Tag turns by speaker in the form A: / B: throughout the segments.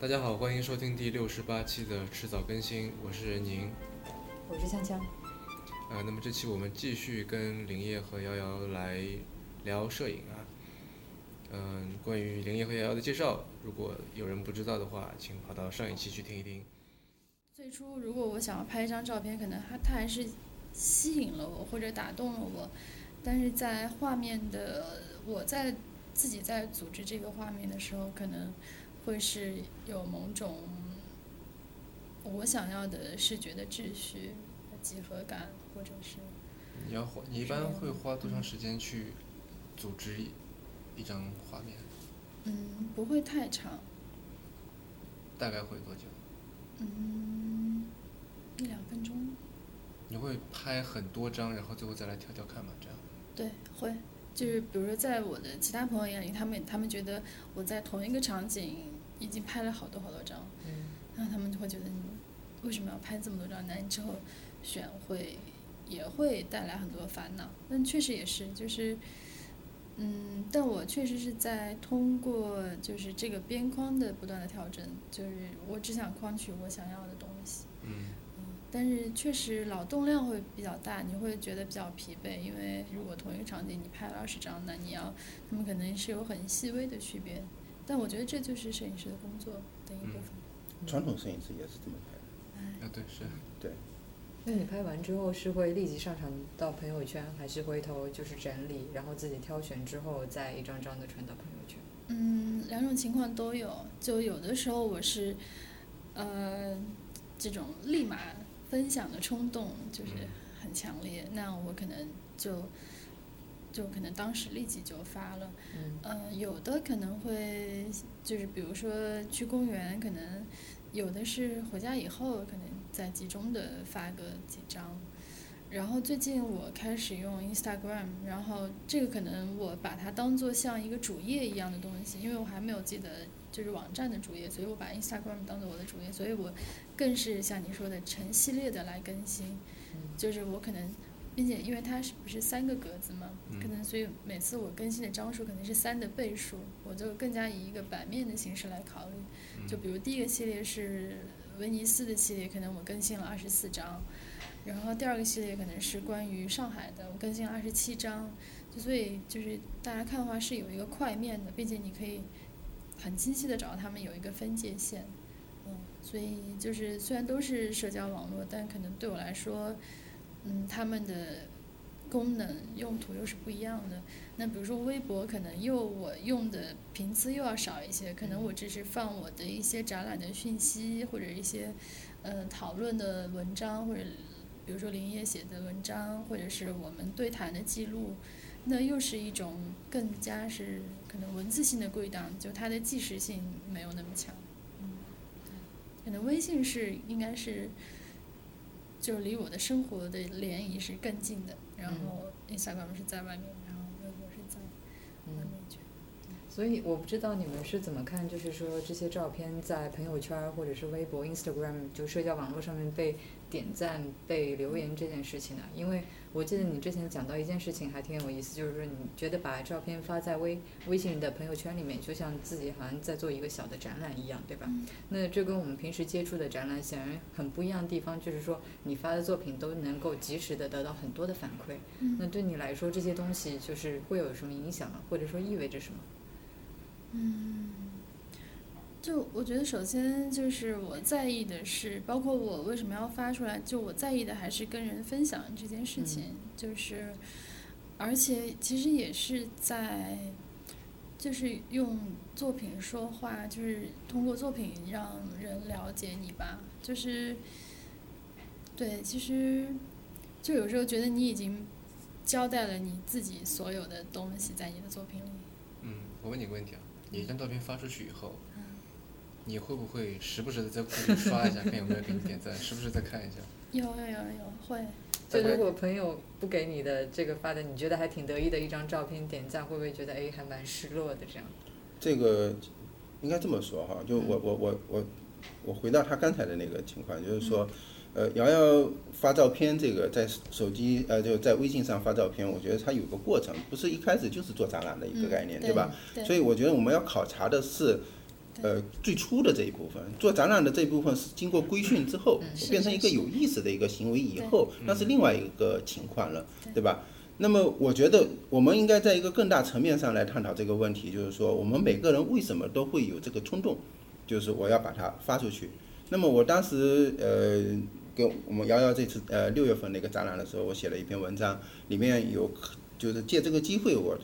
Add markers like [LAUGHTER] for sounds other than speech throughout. A: 大家好，欢迎收听第六十八期的迟早更新，我是任宁。
B: 我是香香。
A: 呃，那么这期我们继续跟林业和瑶瑶来聊摄影啊。嗯、关于林业和瑶瑶的介绍，如果有人不知道的话，请跑到上一期去听一听。
C: 最初，如果我想要拍一张照片，可能它它还是吸引了我或者打动了我，但是在画面的我在自己在组织这个画面的时候，可能会是有某种我想要的视觉的秩序、几何感，或者是
A: 你要花，你一般会花多长时间去组织一一张画面？
C: 嗯不会太长，
A: 大概会多久？
C: 嗯一两分钟，
A: 你会拍很多张，然后最后再来挑挑看吗？这样？
C: 对，会，就是比如说，在我的其他朋友眼里，他们他们觉得我在同一个场景已经拍了好多好多张，那他们就会觉得你为什么要拍这么多张？那你之后选会也会带来很多烦恼。但确实也是，就是，嗯，但我确实是在通过就是这个边框的不断的调整，就是我只想框取我想要的东西。
A: 嗯，
C: 嗯，但是确实劳动量会比较大，你会觉得比较疲惫，因为如果同一个场景你拍了二十张，那你要他们可能是有很细微的区别，但我觉得这就是摄影师的工作的一部哎分。
D: 传统摄影师也是这么拍的。
A: 啊对是。
B: 那你拍完之后是会立即上传到朋友圈，还是回头就是整理，然后自己挑选之后再一张张的传到朋友圈？
C: 嗯，两种情况都有，就有的时候我是，呃，这种立马分享的冲动就是
A: 嗯
C: 很强烈，那我可能就就可能当时立即就发了。
B: 嗯，
C: 呃，有的可能会就是比如说去公园，可能有的是回家以后可能再集中的发个几张。然后最近我开始用 Instagram，然后这个可能我把它当做像一个主页一样的东西，因为我还没有记得就是网站的主页，所以我把 Instagram 当做我的主页，所以我更是像你说的成系列的来更新，
B: 嗯
C: 就是我可能，并且因为它是不是三个格子嘛，
A: 嗯
C: 可能所以每次我更新的张数可能是三的倍数，我就更加以一个版面的形式来考虑。
A: 嗯
C: 就比如第一个系列是威尼斯的系列，可能我更新了二十四张，然后第二个系列可能是关于上海的，我更新了二十七张，就所以就是大家看的话是有一个块面的，并且你可以很清晰的找到他们有一个分界线，嗯，所以就是虽然都是社交网络，但可能对我来说，嗯，他们的功能用途又是不一样的。那比如说微博，可能又我用的频次又要少一些，可能我只是放我的一些展览的讯息，或者一些呃讨论的文章，或者比如说林业写的文章，或者是我们对谈的记录，那又是一种更加是可能文字性的归档，就它的即时性没有那么强。嗯可能微信是应该是，就离我的生活的联谊是更近的，然后 Instagram 是在外面，然后微博是在外
B: 嗯
C: 面去。
B: 所以我不知道你们是怎么看，就是说这些照片在朋友圈或者是微博、Instagram 就社交网络上面被点赞、被留言这件事情呢、啊因为我记得你之前讲到一件事情还挺有意思，就是说你觉得把照片发在微微信的朋友圈里面，就像自己好像在做一个小的展览一样，对吧？
C: 嗯
B: 那这跟我们平时接触的展览显然很不一样的地方，就是说你发的作品都能够及时的得到很多的反馈。那
C: 嗯
B: 对你来说，这些东西就是会有什么影响吗？或者说意味着什么？
C: 嗯，就我觉得首先就是我在意的是，包括我为什么要发出来，就我在意的还是跟人分享这件事情，就是，而且其实也是在。就是用作品说话，就是通过作品让人了解你吧。就是，对，其实就有时候觉得你已经交代了你自己所有的东西在你的作品里。
A: 嗯，我问你个问题啊，你一张照片发出去以后，
C: 嗯
A: 你会不会时不时的在库里刷一下，看有没有给你点赞，时不时再看一下？
C: 有有有有会，
B: 就如果朋友不给你的这个发的，你觉得还挺得意的一张照片点赞，会不会觉得哎还蛮失落的这样？
D: 这个应该这么说哈，就我我我我我回到他刚才的那个情况，就是说，呃，瑶瑶发照片这个在手机呃就在微信上发照片，我觉得它有个过程，不是一开始就是做展览的一个概念，
C: 嗯
D: 对吧？？
C: 对，
D: 所以我觉得我们要考察的是呃最初的这一部分，做展览的这一部分是经过规训之后、
C: 嗯是
D: 变成
C: 是
D: 一个
C: 是
D: 有意识的一个行为以后，那是另外一个情况了，
C: 对
D: 对吧？那么我觉得我们应该在一个更大层面上来探讨这个问题，就是说我们每个人为什么都会有这个冲动，就是我要把它发出去。那么我当时呃跟我们瑶瑶这次呃六月份那个展览的时候，我写了一篇文章，里面有就是借这个机会我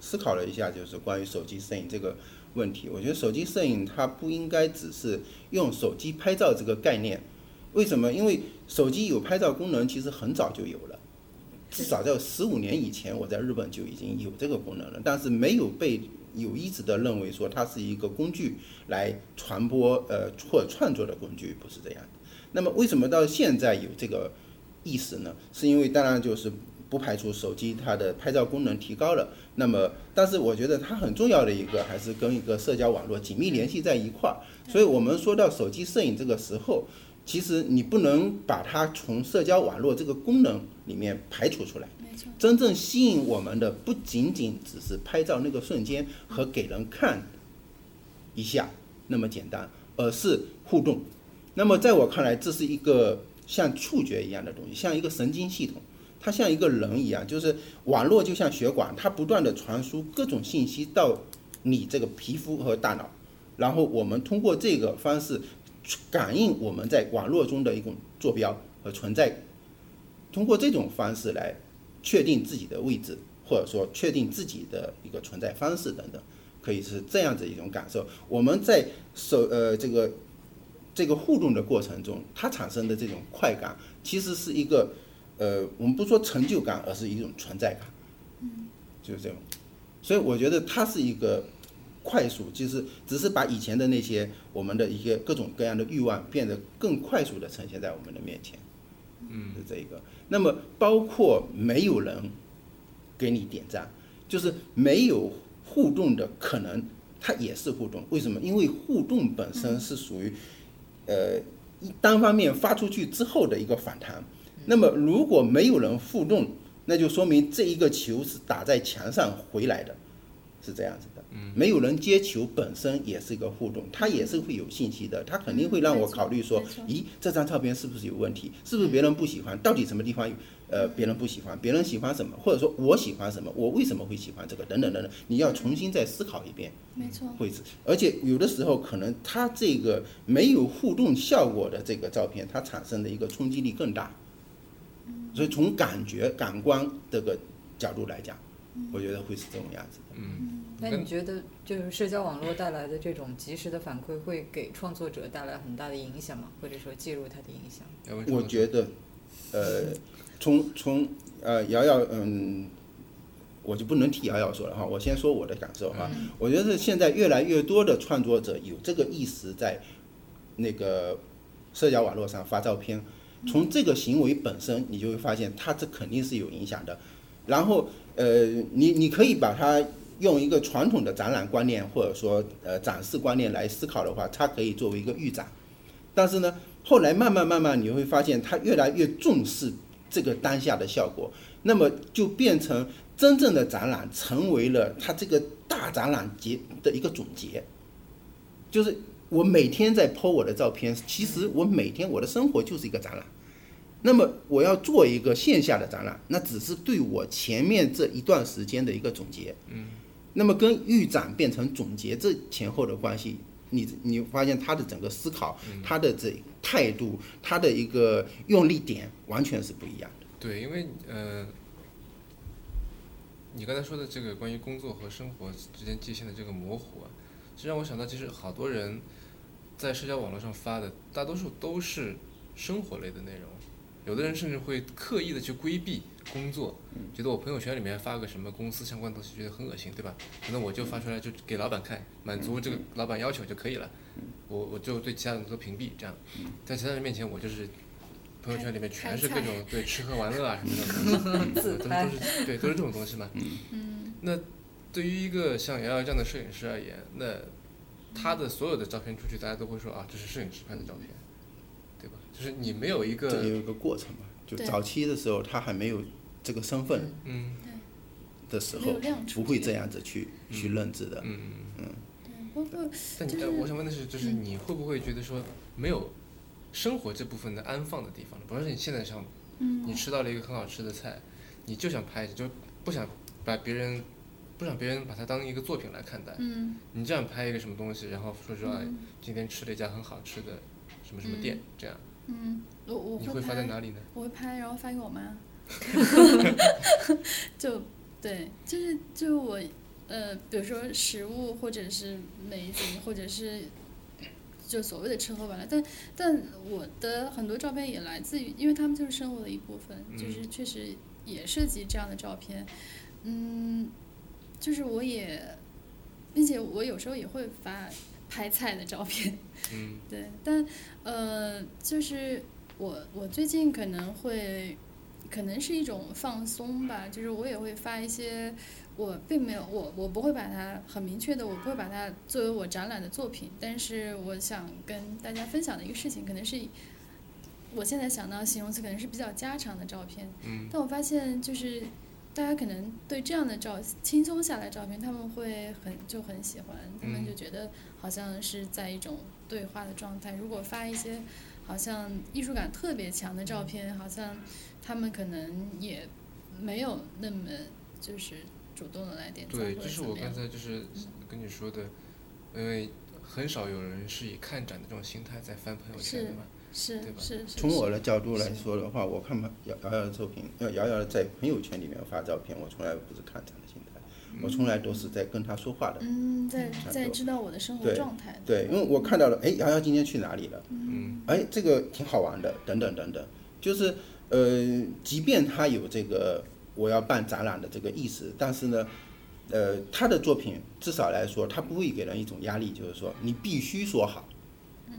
D: 思考了一下，就是关于手机摄影这个问题。我觉得手机摄影它不应该只是用手机拍照这个概念，为什么？因为手机有拍照功能，其实很早就有了。至少在十五年以前，我在日本就已经有这个功能了，但是没有被有意识的认为说它是一个工具来传播呃或创作的工具，不是这样的。那么为什么到现在有这个意识呢？是因为当然就是不排除手机它的拍照功能提高了，那么但是我觉得它很重要的一个还是跟一个社交网络紧密联系在一块儿。所以我们说到手机摄影这个时候，其实你不能把它从社交网络这个功能里面排除出来。
C: 没错，
D: 真正吸引我们的不仅仅只是拍照那个瞬间和给人看一下那么简单，而是互动。那么在我看来，这是一个像触觉一样的东西，像一个神经系统，它像一个人一样，就是网络就像血管，它不断的传输各种信息到你这个皮肤和大脑，然后我们通过这个方式去感应我们在网络中的一种坐标和存在感，通过这种方式来确定自己的位置，或者说确定自己的一个存在方式等等，可以是这样子一种感受。我们在手呃这个这个互动的过程中，它产生的这种快感，其实是一个呃我们不说成就感，而是一种存在感。嗯，就是这种。所以我觉得它是一个快速，就是只是把以前的那些我们的一些各种各样的欲望变得更快速的呈现在我们的面前。嗯，是这一个。那么包括没有人给你点赞，就是没有互动的可能，它也是互动。为什么？因为互动本身是属于，呃，一单方面发出去之后的一个反弹。那么如果没有人互动，那就说明这一个球是打在墙上回来的，是这样子的。没有人接球本身也是一个互动，它也是会有信息的，它肯定会让我考虑说
C: 嗯没错，
D: 咦，这张照片是不是有问题？是不是别人不喜欢？到底什么地方有呃别人不喜欢？别人喜欢什么？或者说我喜欢什么？我为什么会喜欢这个？等等等等，你要重新再思考一遍。
C: 没错，
D: 会是，而且有的时候可能它这个没有互动效果的这个照片，它产生的一个冲击力更大。所以从感觉、感官这个角度来讲，我觉得会是这种样子的。
B: 那
D: 嗯
B: 你觉得，就是社交网络带来的这种及时的反馈，会给创作者带来很大的影响吗？或者说介入他的影响？
A: 要问
D: 我
A: 创作
D: 觉得，呃，从从呃瑶瑶，嗯，我就不能替瑶瑶说了哈，我先说我的感受哈。我觉得现在越来越多的创作者有这个意识，在那个社交网络上发照片，从这个行为本身，你就会发现它这肯定是有影响的。然后，呃，你你可以把它用一个传统的展览观念或者说呃展示观念来思考的话，它可以作为一个预展。但是呢，后来慢慢慢慢，你会发现他越来越重视这个当下的效果，那么就变成真正的展览成为了他这个大展览节的一个总结。就是我每天在 po 我的照片，其实我每天我的生活就是一个展览。那么我要做一个线下的展览，那只是对我前面这一段时间的一个总结。嗯，那么跟预展变成总结这前后的关系，你你发现他的整个思考，他的这态度，他的一个用力点完全是不一样的。
A: 对，因为呃，你刚才说的这个关于工作和生活之间界限的这个模糊啊，这让我想到，其实好多人在社交网络上发的，大多数都是生活类的内容，有的人甚至会刻意的去规避工作，
B: 嗯
A: 觉得我朋友圈里面发个什么公司相关的东西，觉得很恶心，对吧？可能我就发出来就给老板看，满足这个老板要求就可以了，
B: 嗯
A: 我我就对其他人都屏蔽，这样在其他人面前我就是。朋友圈里面全是各种对吃喝玩乐啊什么的，
B: [LAUGHS] 自
A: 都
B: 拍
A: 都是对，都是这种东西嘛。
C: 嗯，
A: 那对于一个像瑶瑶这样的摄影师而言，那他的所有的照片出去，大家都会说啊，这是摄影师拍的照片，对吧？就是你没有一
D: 这也
A: 个
D: 有一个过程嘛，就
C: 对
D: 早期的时候他还没有这个身份
A: 嗯
D: 的时
C: 没
D: 候
C: 有亮，出
D: 不会
C: 去
D: 这样子去去认知的。
A: 嗯
C: 对，包括
A: 但你、
C: 就
A: 呃
C: 是嗯
A: 我想问的是，就是你会不会觉得说没有生活这部分的安放的地方？比方说你现在想，
C: 嗯
A: 你吃到了一个很好吃的菜，你就想拍，你就不想把别人不想别人把它当一个作品来看待，
C: 嗯
A: 你就想拍一个什么东西，然后说说、哎
C: 嗯
A: 今天吃了一家很好吃的什么什么店，这样
C: 嗯，我我
A: 你会发
C: 拍
A: 在哪里呢？
C: 我会拍，然后发给我妈。就对，就是就是我呃，比如说食物或者是美景，或者是就所谓的吃喝玩乐，但但我的很多照片也来自于，因为他们就是生活的一部分，就是确实也涉及这样的照片。嗯，就是我也，并且我有时候也会发拍菜的照片。
A: 嗯
C: [LAUGHS] 对，但呃，就是我我最近可能会，可能是一种放松吧，就是我也会发一些，我并没有我我不会把它很明确的，我不会把它作为我展览的作品，但是我想跟大家分享的一个事情，可能是以我现在想到形容词可能是比较家常的照片，
A: 嗯
C: 但我发现就是大家可能对这样的照轻松下来的照片，他们会很就很喜欢，他们
A: 嗯
C: 就觉得好像是在一种对话的状态。如果发一些好像艺术感特别强的
A: 嗯
C: 照片，好像他们可能也没有那么就是主动的来点赞或
A: 对，
C: 者
A: 这是
C: 怎
A: 我
C: 么
A: 刚
C: 样。
A: 才就是跟你说的，因为很少有人是以看展的这种心态在翻朋友圈的嘛。
C: 是
A: 对吧
C: 是是。
D: 从
C: 是
D: 我的角度来
C: 是
D: 说的话，我看吧瑶瑶瑶的作品，要瑶瑶在朋友圈里面发照片，我从来不是看她的心态，我从来都是在跟她说话的。
C: 嗯，在
D: 差不
C: 在
D: 多
C: 知道我的生活
D: 对
C: 状态。
D: 对，因为我看到了，哎，瑶瑶今天去哪里了？
A: 嗯
D: 哎，这个挺好玩的，等等等等，就是呃，即便他有这个我要办展览的这个意识，但是呢，呃，他的作品至少来说，他不会给人一种压力，就是说你必须说好，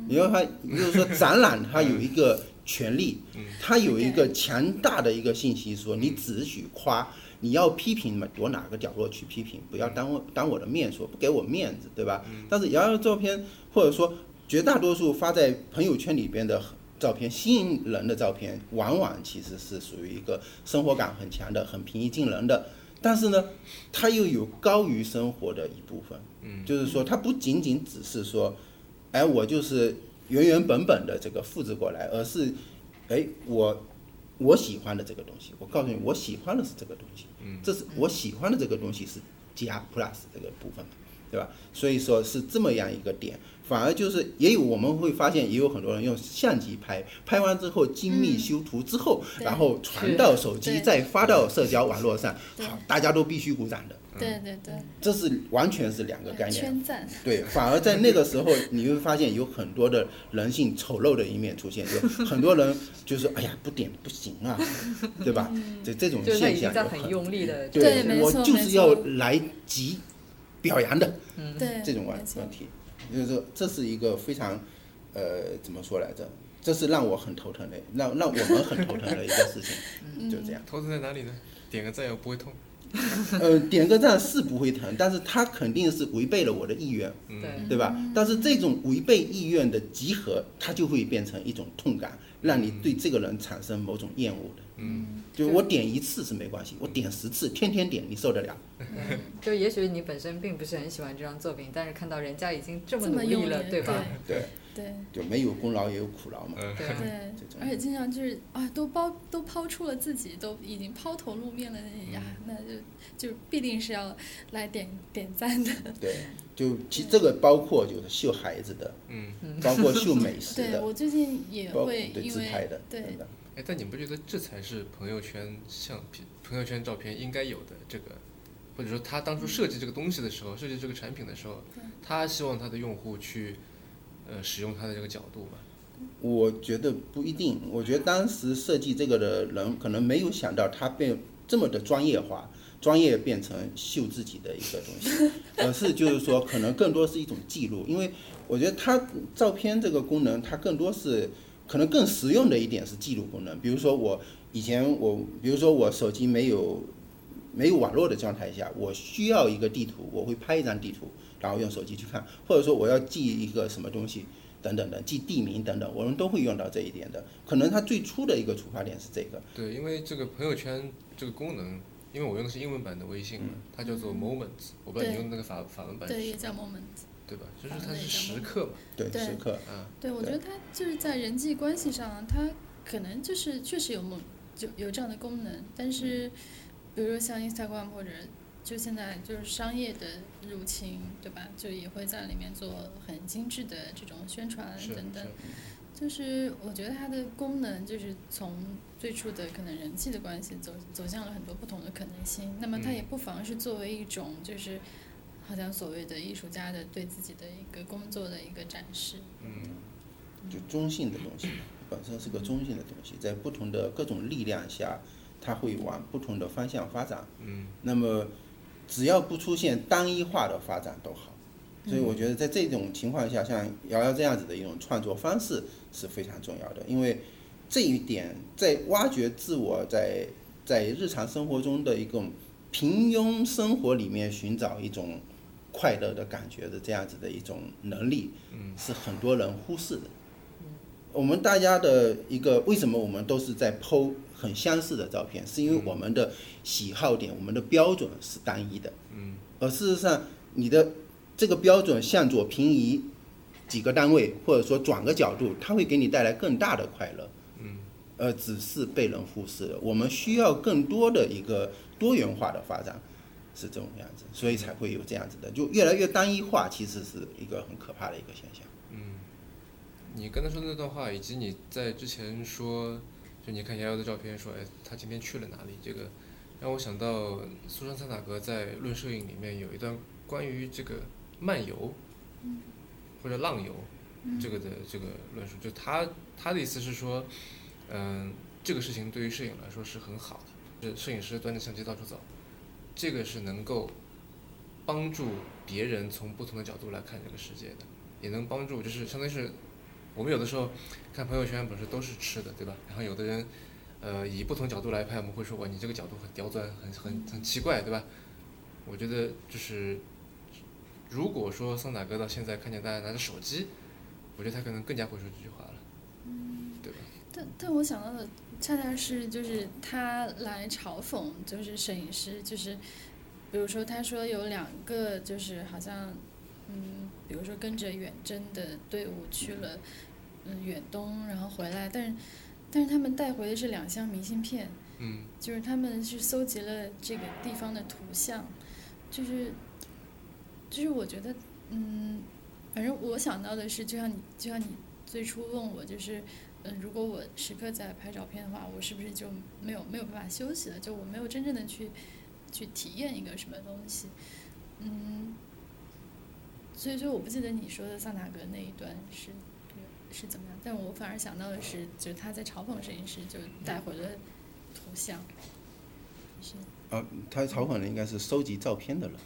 D: 因为他也就是说展览它有一个权利，它有一个强大的一个信息说你只许夸。你要批评嘛，躲哪个角落去批评，不要当我当我的面说，不给我面子，对吧？但是瑶瑶的照片，或者说绝大多数发在朋友圈里边的照片，吸引人的照片，往往其实是属于一个生活感很强的、很平易近人的，但是呢，它又有高于生活的一部分。
A: 嗯
D: 就是说，它不仅仅只是说，哎，我就是原原本本的这个复制过来，而是，哎，我我喜欢的这个东西，我告诉你，我喜欢的是这个东西，
A: 嗯
D: 这是我喜欢的这个东西是加 plus 这个部分，对吧？所以说是这么样一个点，反而就是也有我们会发现，也有很多人用相机拍，拍完之后精密
C: 嗯
D: 修图之后，
C: 对
D: 然后传到手机，
C: 对
D: 再发到社交网络上，
C: 对
D: 好，大家都必须鼓掌的，
A: 嗯
C: 对对对，
D: 这是完全是两个嗯概念。
C: 圈赞。
D: 对，反而在那个时候，你会发现有很多的人性丑陋的一面出现，就很多人就是哎呀，不点不行
C: [LAUGHS]
D: 啊，对吧？这这种
B: 嗯就是他
D: 现
B: 已经
D: 象
B: 在
D: 有
B: 很用力的，
C: 对没
D: 我
C: 错
D: 就
C: 没
D: 是
C: 错
D: 要来及表扬的
A: 嗯
C: 对，
D: 这种问
C: 没错
D: 问题，就是说这是一个非常呃怎么说来着？这是让我很头疼的，让让我们很头疼的一个事
C: [LAUGHS] 嗯
D: 情，就这样。
A: 头疼在哪里呢？点个赞又不会痛。
D: 呃，点个赞是不会疼，但是它肯定是违背了我的意愿，
B: 对
D: 对吧？但是这种违背意愿的集合，它就会变成一种痛感，让你对这个人产生某种厌恶的。
A: 嗯，
D: 就我点一次是没关系，我点十次，天天点，你受得了？
A: 嗯
C: 嗯
A: [LAUGHS]
B: 就也许你本身并不是很喜欢这张作品，但是看到人家已经这么
C: 这
B: 努
C: 么用
B: 力
C: 力
B: 了，对吧？
D: 对，
C: 对
D: 就没有功劳也有苦劳嘛。
A: 嗯
B: 对
A: [LAUGHS]
B: 啊，
C: 对对
D: 这种
C: 而且经常就是啊，都抛都抛出了自己，都已经抛头露面了，呀，
A: 嗯
C: 那就就必定是要来点点赞的。
D: 对，就其这个包括就是秀孩子的，
A: 嗯，
D: 包括秀美
C: [LAUGHS]
D: 食
C: 对
D: 的，
C: 我最近也
D: 包括
C: 会
D: 对
C: 因
D: 自拍
C: 为
D: 的，
C: 对
D: 等等。
A: 哎，但你不觉得这才是朋友圈相片、朋友圈照片应该有的这个，或者说他当初设计这个东西的时候，设计这个产品的时候，他希望他的用户去呃使用他的这个角度嘛？
D: 我觉得不一定，我觉得当时设计这个的人可能没有想到它变这么的专业化，专业变成秀自己的一个东西，而是就是说可能更多是一种记录，因为我觉得它照片这个功能，它更多是可能更实用的一点是记录功能，比如说我以前我，比如说我手机没有。没有网络的状态下，我需要一个地图，我会拍一张地图，然后用手机去看，或者说我要记一个什么东西，等等的，记地名等等，我们都会用到这一点的。可能它最初的一个出发点是这个，
A: 对，因为这个朋友圈这个功能，因为我用的是英文版的微信嘛，它叫做 Moments，我不知道你
C: 对
A: 用的那个法法文版是
C: 嗯对
A: 什
C: 也
A: 么。
C: 叫 moment，
A: 对吧？就是它是时刻嘛，
D: 对，
C: 对
D: 时刻，
A: 啊，
C: 对，我觉
D: 对
C: 得它就是在人际关系上，它可能就是确实有某就有这样的功能，但
A: 嗯
C: 是比如说像 Instagram 或者就现在就是商业的入侵，对吧？就也会在里面做很精致的这种宣传
A: 是
C: 嗯等等
A: 是。，
C: 就是我觉得它的功能就是从最初的可能人际的关系走走向了很多不同的可能性。那么它
A: 嗯
C: 也不妨是作为一种就是好像所谓的艺术家的对自己的一个工作的一个展示。
A: 嗯，
D: 就中性的东西，本身是个中性的东西，在不同的各种力量下，它会往不同的方向发展。
A: 嗯，
D: 那么只要不出现单一化的发展都好。所以我觉得在这种情况下，像瑶瑶这样子的一种创作方式是非常重要的，因为这一点在挖掘自我在在日常生活中的一种平庸生活里面寻找一种快乐的感觉的这样子的一种能力，
A: 嗯，
D: 是很多人忽视的。我们大家的一个为什么我们都是在剖很相似的照片，是因为我们的喜好点、我们的标准是单一的。
A: 嗯，
D: 而事实上，你的这个标准向左平移几个单位，或者说转个角度，它会给你带来更大的快乐。
A: 嗯，
D: 呃，只是被人忽视了。我们需要更多的一个多元化的发展，是这种样子，所以才会有这样子的，就越来越单一化，其实是一个很可怕的一个现象。
A: 你刚才说的那段话，以及你在之前说，就你看瑶瑶的照片说，哎，她今天去了哪里？这个让我想到苏珊·桑塔格在《论摄影》里面有一段关于这个漫游，或者浪游这个的这个论述，就他他的意思是说，嗯、这个事情对于摄影来说是很好的，这摄影师端着相机到处走，这个是能够帮助别人从不同的角度来看这个世界的，也能帮助就是相当于是我们有的时候看朋友圈本身都是吃的，对吧？然后有的人，呃，以不同角度来拍，我们会说哇，你这个角度很刁钻，很很很奇怪，对吧？我觉得就是，如果说桑塔哥到现在看见大家拿着手机，我觉得他可能更加会说这句话了，对吧？
C: 但但我想到的恰恰是就是他来嘲讽，就是摄影师，就是比如说他说有两个就是好像嗯，比如说跟着远征的队伍去了嗯远东，然后回来，但是但是他们带回的是两箱明信片，
A: 嗯
C: 就是他们是搜集了这个地方的图像，就是，就是我觉得，嗯，反正我想到的是，就像你，就像你最初问我，就是，嗯，如果我时刻在拍照片的话，我是不是就没有没有办法休息了？就我没有真正的去去体验一个什么东西，嗯，所以说我不记得你说的桑塔格那一段是是怎么样，但我反而想到的是，就是他在嘲讽摄影师，就带回了。图像，是，
D: 呃，
A: 嗯
D: 他嘲讽的应该是收集照片的人，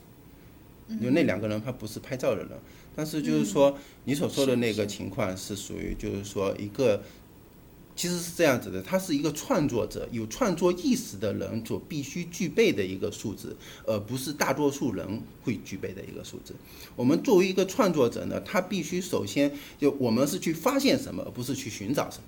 C: 嗯
D: 就那两个人他不是拍照的人，但是就是说你所说的那个情况是属于就是说一个，其实是这样子的，他是一个创作者，有创作意识的人所必须具备的一个素质，而不是大多数人会具备的一个素质。我们作为一个创作者呢，他必须首先就我们是去发现什么，而不是去寻找什么。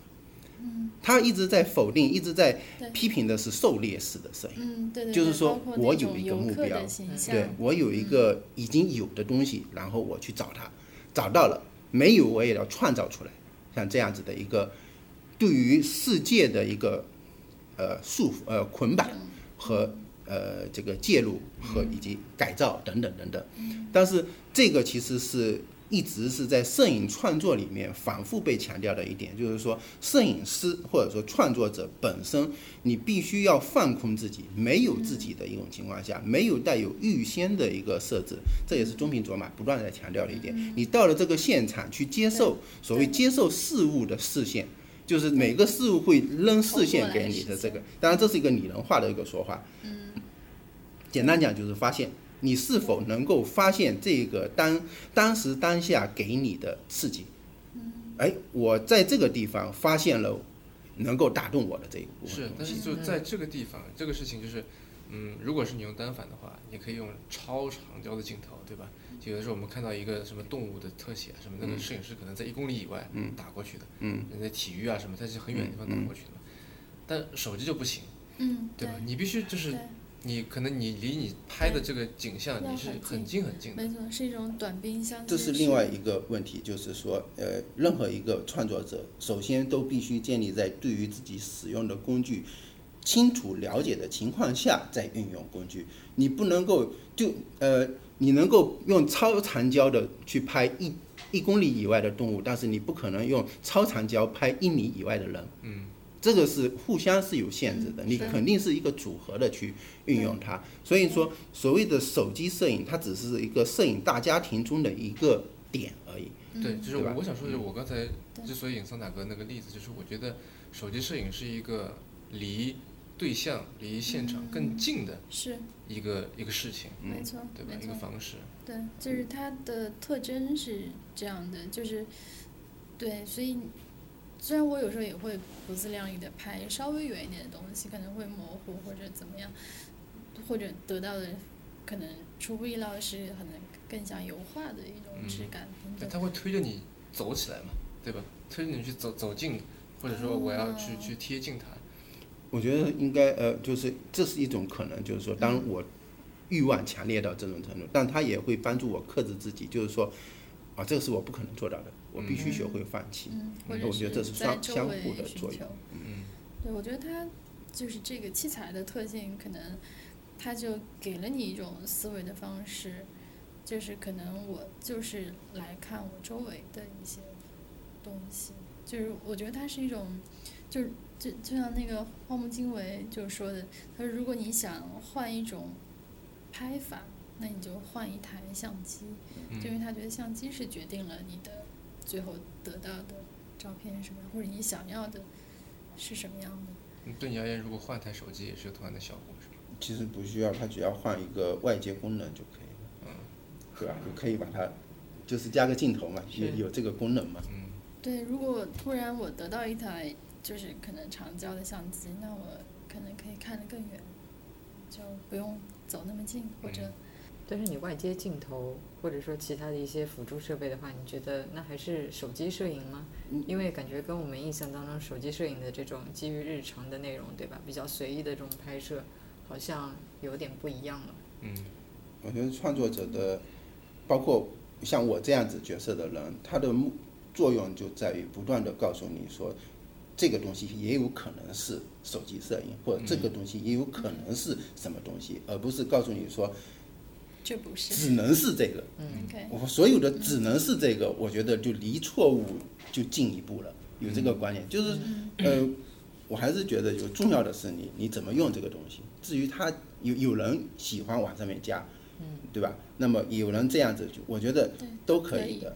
D: 他一直在否定，一直在
C: 对
D: 批评的是狩猎式的摄影。
C: 嗯，对对对，
D: 就是说
C: 包括
D: 我
C: 那
D: 有
C: 种
D: 一个
C: 游
D: 目
C: 客
D: 标
C: 的形
B: 嗯
C: 象，
D: 对我有一个已经有的东西，然后我去找它，找到了没有我也要创造出来，像这样子的一个对于世界的一个呃束缚呃捆绑和呃这个介入和以及改造等等等等，但是这个其实是。一直是在摄影创作里面反复被强调的一点，就是说，摄影师或者说创作者本身你必须要放空自己，没有自己的一种情况下，没有带有预先的一个设置，这也是中平卓玛不断在强调的一点。你到了这个现场去接受所谓接受事物的视线，就是每个事物会扔视线给你的这个，当然这是一个拟人化的一个说法。嗯，简单讲就是发现。你是否能够发现这个当当时当下给你的刺激？哎，我在这个地方发现了能够打动我的这一部分
A: 是，
D: 东
A: 但
D: 西
A: 是就在这个地方，这个事情就是，嗯，如果是你用单反的话，你可以用超长焦的镜头，对吧？就有的时候我们看到一个什么动物的特写啊，什么那个摄影师可能在一公里以外打过去的，
D: 嗯，
A: 人在体育啊嗯什么，它是很远的地方打过去的嘛。但手机就不行，
C: 嗯，
A: 对吧？你必须就是
C: 对
A: 你可能你离你拍的这个景象
C: 对
A: 你是
C: 要很
A: 很近很近的，
C: 没错，是一种短兵相接。
D: 这是另外一个问题，就是说，呃，任何一个创作者，首先都必须建立在对于自己使用的工具清楚了解的情况下再运用工具。你不能够就呃，你能够用超长焦的去拍一一公里以外的动物，但是你不可能用超长焦拍一米以外的人。嗯，这个是互相是有限制的，
C: 嗯
D: 你
C: 是
D: 肯定是一个组合的去运用它。所以说，所谓的手机摄影，它只是一个摄影大家庭中的一个点而已。
C: 嗯
A: 对，就是
D: 对吧
A: 我我想说的，是我刚才
C: 对
A: 之所以引桑塔格那个例子，就是我觉得手机摄影是一个离对象、离现场更近的
C: 是
A: 一个一个事情，
C: 没错，
A: 嗯对吧
C: 没？
A: 一个
C: 错。
A: 方式。
C: 对，就是它的特征是这样的，就是对，所以虽然我有时候也会不自量力的拍稍微远一点的东西，可能会模糊或者怎么样，或者得到的可能出乎意料的是可能更像油画的一种
A: 嗯
C: 质感等
A: 对，
C: 等。
A: 它会推着你走起来嘛，对吧？推着你去走走近，或者说我要去去贴近它。
D: 我觉得应该呃，就是这是一种可能，就是说，当我欲望强烈到这种程度，但它也会帮助我克制自己，就是说，啊，这个是我不可能做到的，我必须学会放弃。
C: 嗯，或
D: 嗯
C: 者
D: 我觉得这是
C: 在
D: 双
C: 周
D: 相
C: 围
D: 互的
C: 寻
D: 作用
C: 求
A: 嗯，
C: 对，我觉得它就是这个器材的特性，可能它就给了你一种思维的方式，就是可能我就是来看我周围的一些东西，就是我觉得它是一种，就是就就像那个荒木经惟就是说的，他说如果你想换一种拍法，那你就换一台相机，
A: 嗯
C: 就因为他觉得相机是决定了你的最后得到的照片是什么样，或者你想要的是什么样的。
A: 嗯对你而言，如果换台手机也是有同样的效果，是吧？
D: 其实不需要，它只要换一个外接功能就可以了，对吧？你可以把它就是加个镜头嘛，
B: 是
D: 有有这个功能嘛。
A: 嗯，
C: 对，如果突然我得到一台就是可能长焦的相机，那我可能可以看得更远，就不用走那么近，或者
A: 嗯
B: 但是你外接镜头或者说其他的一些辅助设备的话，你觉得那还是手机摄影吗？因为感觉跟我们印象当中手机摄影的这种基于日常的内容，对吧？比较随意的这种拍摄，好像有点不一样了。
A: 嗯，
D: 我觉得创作者的，包括像我这样子角色的人，他的目作用就在于不断的告诉你说，这个东西也有可能是手机摄影，或者这个东西也有可能是什么东西，而不是告诉你说
C: 这不是。
D: 只能是这个。
C: OK，
D: 嗯我所有的只能是这个，我觉得就离错误就进一步了，有这个观念，
C: 嗯
D: 就是呃，我还是觉得就重要的是你你怎么用这个东西。至于他有有人喜欢往上面加，嗯，对吧？那么有人这样子，就我觉得
C: 对
D: 都可
C: 可
D: 以
C: 以
D: 嗯的，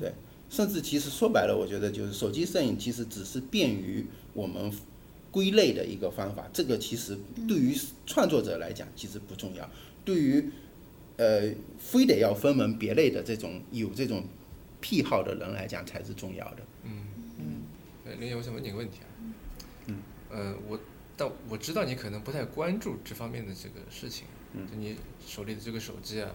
D: 对。甚至其实说白了，我觉得就是手机摄影其实只是便于我们归类的一个方法。这个其实对于创作者来讲其实不重要，对于呃非得要分门别类的这种有这种癖好的人来讲才是重要的。
A: 呃林姐，我想问你个问题啊。嗯。呃，我但我知道你可能不太关注这方面的这个事情，嗯、就你手里的这个手机啊，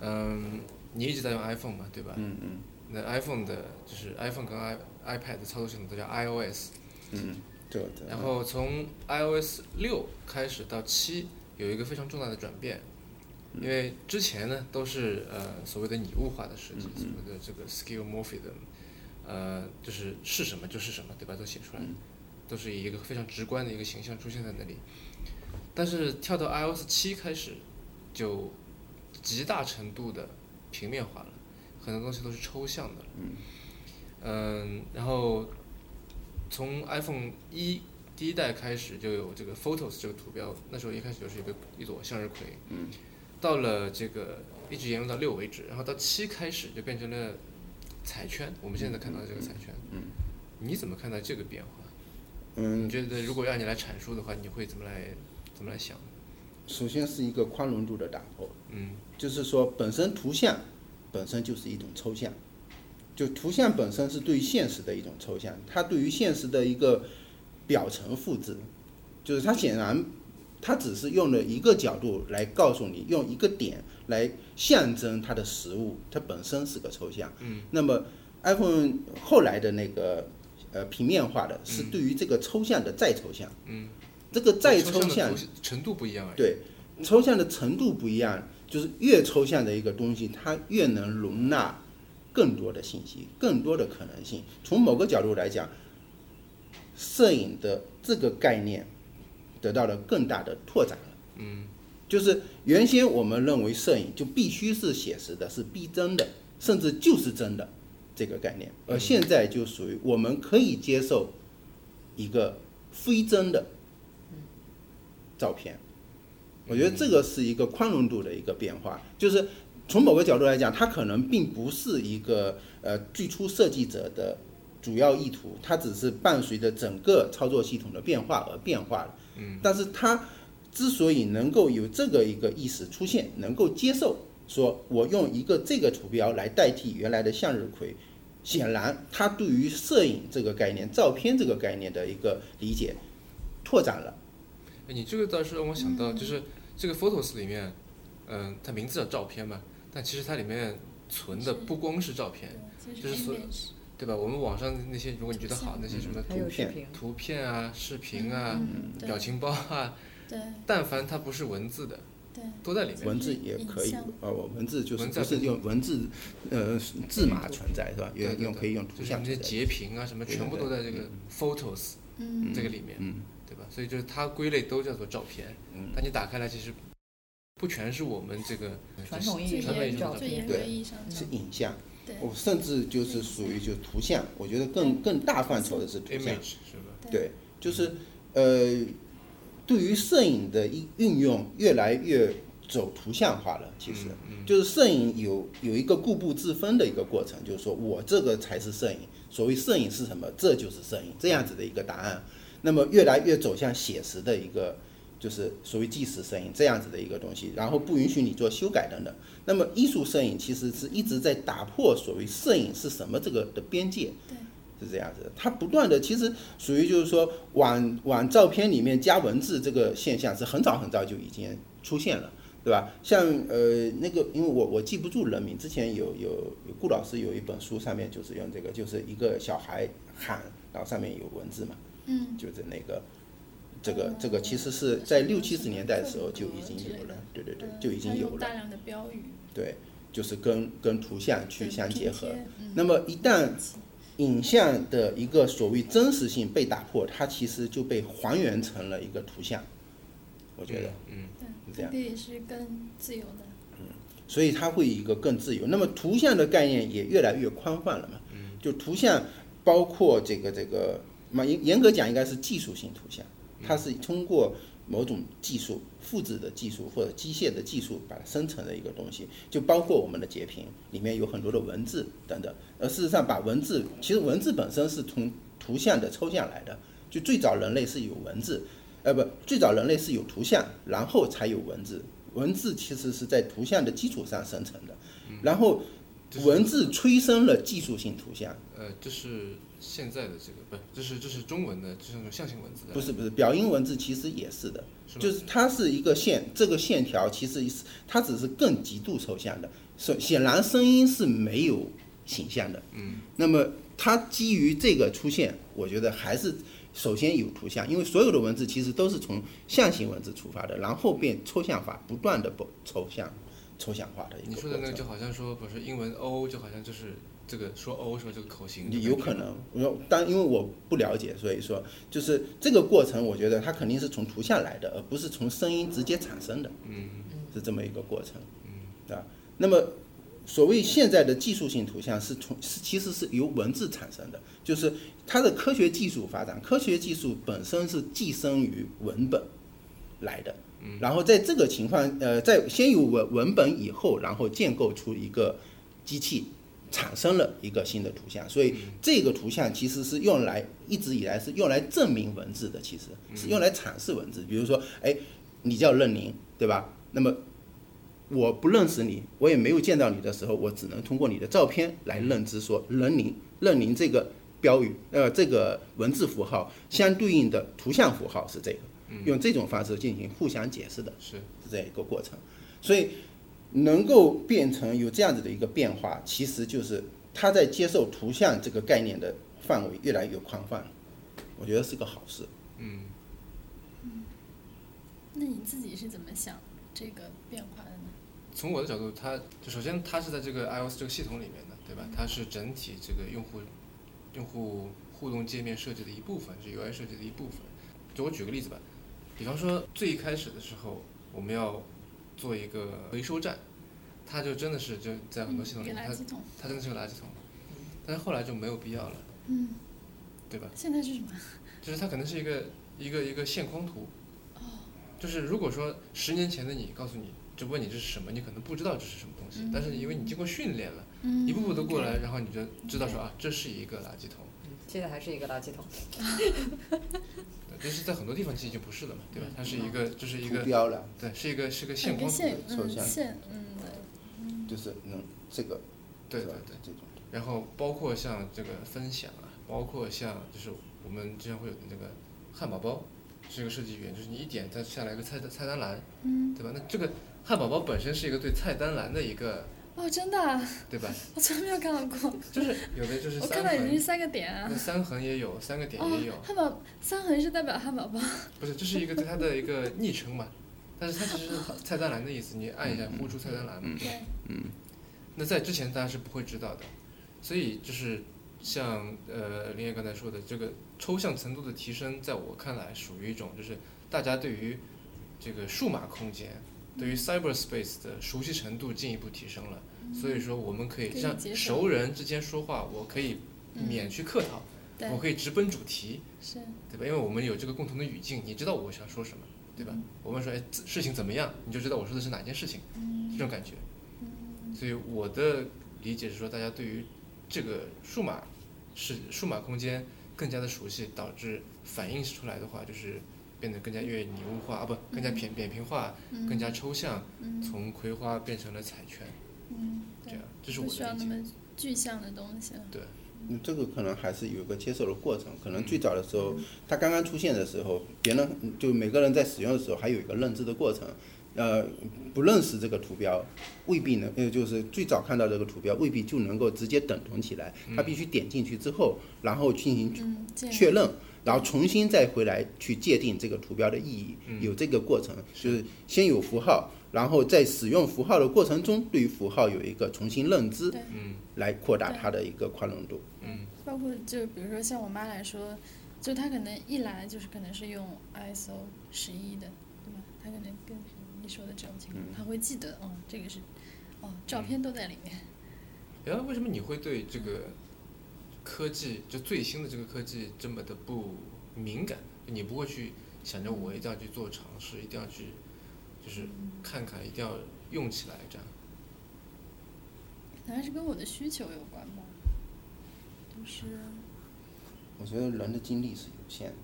A: 嗯，你一直在用 iPhone 嘛，对吧？
D: 嗯嗯
A: 那 iPhone 的就是 iPhone 跟 i iPad 的操作系统都叫 iOS，
D: 嗯，对对。
A: 然后从 iOS 六开始到七有一个非常重大的转变，因为之前呢都是呃所谓的拟物化的设计，所谓的这个 skill morphism，呃就是是什么就是什么，对吧？都写出来，都是以一个非常直观的一个形象出现在那里。但是跳到 iOS 七开始，就极大程度的平面化了，很多东西都是抽象的了。嗯，然后从 iPhone 一第一代开始就有这个 Photos 这个图标，那时候一开始就是一个一朵向日葵。嗯。到了这个一直沿用到六为止，然后到七开始就变成了彩圈，我们现在看到的这个彩圈。嗯。你怎么看待这个变化？你
D: 嗯，
A: 觉得如果让你来阐述的话，你会怎么来怎么来想？
D: 首先是一个宽容度的打破，
A: 嗯
D: 就是说本身图像本身就是一种抽象，就图像本身是对现实的一种抽象，它对于现实的一个表层复制，就是它显然它只是用了一个角度来告诉你，用一个点来象征它的实物，它本身是个抽象。
A: 嗯，
D: 那么 iPhone 后来的那个呃平面化的是对于这个抽象的再抽象。
A: 嗯
D: 这个再
A: 抽
D: 抽象
A: 的图，形程度不一样而已。
D: 对，抽象的程度不一样，就是越抽象的一个东西，它越能容纳更多的信息，更多的可能性。从某个角度来讲，摄影的这个概念得到了更大的拓展了。
A: 嗯，
D: 就是原先我们认为摄影就必须是写实的，是逼真的，甚至就是真的这个概念，而
A: 嗯
D: 现在就属于我们可以接受一个非真的照片。我觉得这个是一个宽容度的一个变化，就是从某个角度来讲，它可能并不是一个呃最初设计者的主要意图，它只是伴随着整个操作系统的变化而变化了。嗯，但是它之所以能够有这个一个意识出现，能够接受说我用一个这个图标来代替原来的向日葵，显然他对于摄影这个概念、照片这个概念的一个理解拓展了。
A: 哎你这个倒是让我想到，就是这个 Photos 里面，嗯、它名字叫照片嘛，但其实它里面存的
C: 是
A: 不光是照片，
C: 对
A: 就
C: 就是是
A: 所
C: image
A: 对吧？我们网上那些，如果你觉得好，那些什么
B: 还
A: 图
B: 有视
D: 片
B: 频，
A: 图片啊、视频啊、
C: 嗯对
A: 表情包啊，
C: 对
A: 但凡它不是文字的，
C: 对
A: 都在里面。
D: 文字也可以
C: 影像
D: 啊，我文字就是
A: 文字
D: 不是用文字，呃，字码存在是吧？
A: 对
D: 也
A: 对
D: 用
A: 对
D: 可以用图
A: 就是
D: 像
A: 那些
D: 存在。
A: 截屏啊什么，
D: 对对
A: 全部都在这个 Photos
C: 嗯
A: 这个里面，
D: 嗯
A: 对吧？所以就是它归类都叫做照片，
D: 嗯，
A: 但你打开来其实不全是我们这个
B: 传统意
C: 最
B: 义上
A: 传统意
B: 的
A: 义上
B: 照
A: 的
C: 严最
B: 片，
C: 严格
D: 对
C: 意义上的
D: 是影像，
C: 对
D: 我甚至就是属于就图像，我觉得更更大范畴的是图像。
A: image 是吧？
D: 对，就是呃，对于摄影的一运用越来越走图像化了。其实，就是摄影有有一个固步自封的一个过程，就是说我这个才是摄影，所谓摄影是什么，这就是摄影这样子的一个答案。那么越来越走向写实的一个。就是所谓纪实摄影这样子的一个东西，然后不允许你做修改等等。那么艺术摄影其实是一直在打破所谓摄影是什么这个的边界，
C: 对
D: 是这样子的。它不断的其实属于就是说往往照片里面加文字这个现象是很早很早就已经出现了，对吧？像呃那个，因为我我记不住人名，之前有有有顾老师有一本书上面就是用这个，就是一个小孩喊，然后上面有文字嘛，
C: 嗯
D: 就是那个。这个这个其实是在六七十年代的时候就已经有了，对对对，就已经
C: 它
D: 有
C: 嗯用
D: 了
C: 大，量的标语
D: 对，就是跟跟图像去
C: 对
D: 相
C: 拼
D: 结合
C: 贴。嗯
D: 那么一旦影像的一个所谓真实性被打破，它其实就被还原成了一个图像，我觉得，
A: 嗯，
D: 是这
C: 对，
D: 样
C: 这也是更自由的，
D: 所以它会一个更自由。那么图像的概念也越来越宽泛了嘛，就图像包括这个这个，嘛严严格讲应该是技术性图像，它是通过某种技术复制的技术或者机械的技术把它生成的一个东西，就包括我们的截屏里面有很多的文字等等。而事实上，把文字其实文字本身是从图像的抽象来的，就最早人类是有文字，呃不，最早人类是有图像，然后才有文字。文字其实是在图像的基础上生成的，然后
A: 这是
D: 文字催生了技术性图像，
A: 呃，这是现在的这个，不，这是这是中文的，这是那种象形文字的，
D: 不是不是，表音文字其实也是的，
A: 是吧
D: 就是它是一个线，这个线条其实是它只是更极度抽象的，显显然声音是没有形象的。嗯，那么它基于这个出现，我觉得还是首先有图像，因为所有的文字其实都是从象形文字出发的，然后变抽象化，不断的不抽象抽象化的一个
A: 你
D: 过
A: 说的那个
D: 程。
A: 就好像说，不是英文 O，就好像就是这个说 O 是吧？这个口型，
D: 有可能，我但因为我不了解，所以说就是这个过程，我觉得它肯定是从图像来的，而不是从声音直接产生的。
A: 嗯，
D: 是这么一个过程，嗯，啊，那么所谓现在的技术性图像是从是其实是由文字产生的，就是它的科学技术发展，科学技术本身是寄生于文本来的，嗯，然后在这个情况，呃，在先有文文本以后，然后建构出一个机器。产生了一个新的图像，所以这个图像其实是用来一直以来是用来证明文字的，其实是用来阐释文字。比如说，哎，你叫任宁，对吧？那么我不认识你，我也没有见到你的时候，我只能通过你的照片来认知说任宁，任宁这个标语，呃，这个文字符号相对应的图像符号是这个，用这种方式进行互相解释的
A: 是
D: 是这样一个过程。所以能够变成有这样子的一个变化，其实就是他在接受图像这个概念的范围越来越宽泛了，我觉得是个好事。
A: 嗯，
C: 那你自己是怎么想这个变化的呢？
A: 从我的角度，它就首先它是在这个 iOS 这个系统里面的，对吧？它是整体这个用户用户互动界面设计的一部分，是 UI 设计的一部分。就我举个例子吧，比方说最一开始的时候，我们要做一个回收站，它就真的是就在很多系统里
C: 嗯
A: 面，
C: 给
A: 它
C: 垃圾嗯桶。
A: 它真的是个垃圾桶，但是后来就没有必要了，
C: 嗯，
A: 对吧？
C: 现在是什么？
A: 就是它可能是一个一个一个线框图，
C: 哦，
A: 就是如果说十年前的你告诉你，就问你这是什么，你可能不知道这是什么东西，
C: 嗯
A: 但是因为你经过训练了，
C: 嗯，
A: 一步步的过来，然后你就知道说啊，这是一个垃圾桶。
B: 嗯现在还是一个垃圾桶。
A: 对但是在很多地方其实已经不是了嘛，对吧
B: 嗯？
A: 它是一个，就是一
D: 图
A: 个，
D: 标了，
A: 对，是一个是个
C: 对，
A: 线
C: 跟
A: 框图，
C: 线，
D: 抽
C: 嗯，
D: 象
C: 线，嗯，对，嗯
D: 就是嗯这个
A: 对
D: 是
A: 对
D: 吧
A: 对。
D: 这种
A: 然后包括像这个分享啊，包括像就是我们之前会有的那个汉堡包，是一个设计语言，就是你一点它下来一个菜单菜单栏，
C: 嗯，
A: 对吧？那这个汉堡包本身是一个对菜单栏的一个，
C: 哦，真的啊，
A: 对吧？
C: 我从来没有看到过，
A: 就是有的就是
C: 我看
A: 三
C: 到已经是
A: 横，
C: 三个点啊
A: 那。三横也有，三个点
C: 哦
A: 也有，，
C: 汉堡三横是代表汉堡包，
A: 不是，这是一个对它的一个昵称嘛，但是它其实是菜单栏的意思，你按一下呼出菜单栏嘛。
C: 对，
A: 那在之前大家是不会知道的，所以就是像呃林业刚才说的，这个抽象程度的提升，在我看来属于一种就是大家对于这个数码空间。对于
C: 嗯
A: cyberspace 的熟悉程度进一步提升了，所以说我们可以
C: 可以
A: 像
C: 接受嗯
A: 熟人之间说话，我可以免去客套，
C: 对
A: 我可以直奔主题，
C: 是，
A: 对吧？因为我们有这个共同的语境，你知道我想说什么，对
C: 嗯
A: 吧？我问说，哎，自事情怎么样，你就知道我说的是哪件事情，
C: 嗯
A: 这种感觉。所以我的理解是说，大家对于这个数码是数码空间更加的熟悉，导致反映出来的话就是变得更加越拟物化啊，不，更加扁扁平化，
C: 嗯
A: 更加抽象，
C: 嗯
A: 从葵花变成了彩圈，
C: 嗯，
A: 这
C: 对
A: 样，，这是
C: 不
A: 我
C: 需要
A: 的理
C: 那
A: 解。
C: 么具象的东西了。
A: 对，
D: 嗯，这个可能还是有一个接受的过程。可能
A: 嗯
D: 最早的时候，它刚刚出现的时候，别人就每个人在使用的时候，还有一个认知的过程。呃，不认识这个图标，未必能，呃，就是最早看到这个图标，未必就能够直接等同起来。它
A: 嗯
D: 必须点进去之后，然后进行
C: 嗯，这
D: 确
C: 样，
D: 认，然后重新再回来去界定这个图标的意义，
A: 嗯
D: 有这个过程，就是先有符号，然后在使用符号的过程中，对于符号有一个重新认知
C: 对，
A: 嗯
D: 来扩大它的一个宽容度。
A: 嗯
C: 包括就比如说像我妈来说，就她可能一来就是可能是用 ISO 十一的，对吧？她可能跟你说的这种情
A: 嗯
C: 况，她会记得，哦，这个是，哦，照片都在里面。
A: 然后为什么你会对这个科技，就最新的这个科技这么的不敏感？你不会去想着我一定要去做尝试，一定要去就是看看，一定要用起来这样。
C: 可能还是跟我的需求有关吧，就是，
D: 我觉得人的精力是有限的。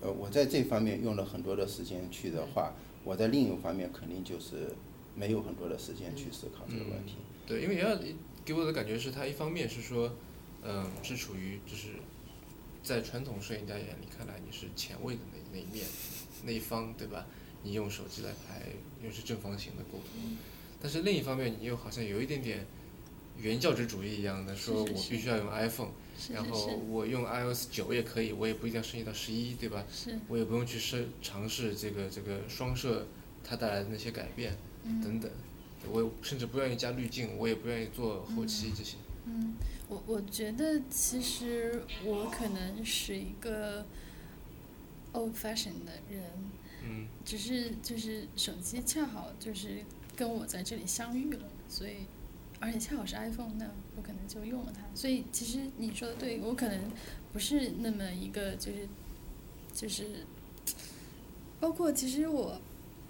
D: 呃，我在这方面用了很多的时间去的话，我在另一方面肯定就是没有很多的时间去思考这个问题。
A: 对，因为也要给我的感觉是，它一方面是说，嗯，是处于就是在传统摄影家眼里看来你是前卫的那那一面那一方，对吧？你用手机来拍，又是正方形的构图，
C: 嗯
A: 但是另一方面你又好像有一点点原教旨主义一样的，说
C: 是是
A: 我必须要用 iPhone，
C: 是
A: 然
C: 是
A: 后
C: 是
A: 我用 iOS 九也可以，我也不一定要升级到十一，对吧？
C: 是，
A: 我也不用去试尝试这个这个双摄它带来的那些改变。等
C: 嗯
A: 等，我甚至不愿意加滤镜，我也不愿意做后期这些。
C: 嗯，我我觉得其实我可能是一个 old fashion 的人，
A: 嗯
C: 只是就是手机恰好就是跟我在这里相遇了，所以而且恰好是 iPhone，那我可能就用了它。所以其实你说的对，我可能不是那么一个就是就是，包括其实我